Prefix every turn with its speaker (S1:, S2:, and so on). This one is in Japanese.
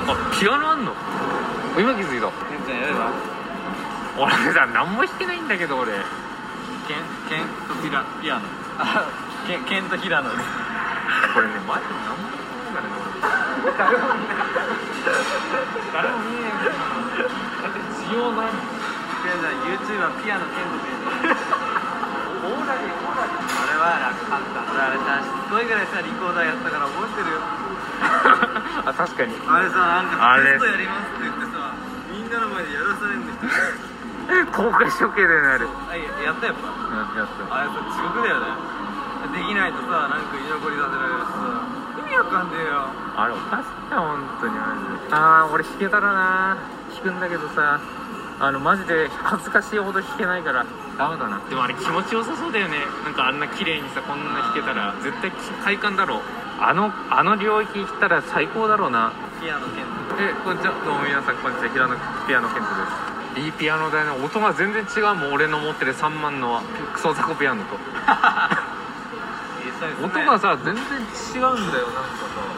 S1: あピアノあんの今気づいた
S2: ゆうちゃんやれば
S1: 俺さ何も弾けないんだけど俺
S2: ケンケンとピラピアノあケンケンとヒラノです
S1: これねマジで何も弾けないからね
S2: 誰も見ない誰も見ねえよ需要ないもんピアノ YouTuber ピアノケンとピラノオーラリーオーラリーあれは楽かった俺あれさしつこいぐらいさリコーダーやったから覚えてる よ
S1: 俺 あ確かに
S2: あれさなん
S1: あ
S2: か
S1: れ
S2: テストやりますって言ってさみんなの前でやらされるんですよ
S1: 公開処刑だよねあれ
S2: そうあややったやっぱ
S1: やった
S2: あれさ地獄だよねできないとさなんか居残りさせられるしさ意味わかんねえよ
S1: あれおかしいな本当にマジでああ俺弾けたらな弾くんだけどさあのマジで恥ずかしいほど弾けないからダメだなでもあれ気持ちよさそうだよねなんかあんな綺麗にさこんな弾けたら絶対快感だろうあのあの領域行ったら最高だろうな
S2: ピアノ剣道
S1: えこんにちはどうも皆さんこんにちは平野ピアノ健人ですいいピアノだよね音が全然違うもん俺の持ってる3万のクソザコピアノと
S2: いいですね
S1: 音がさ全然違うんだよなんかさ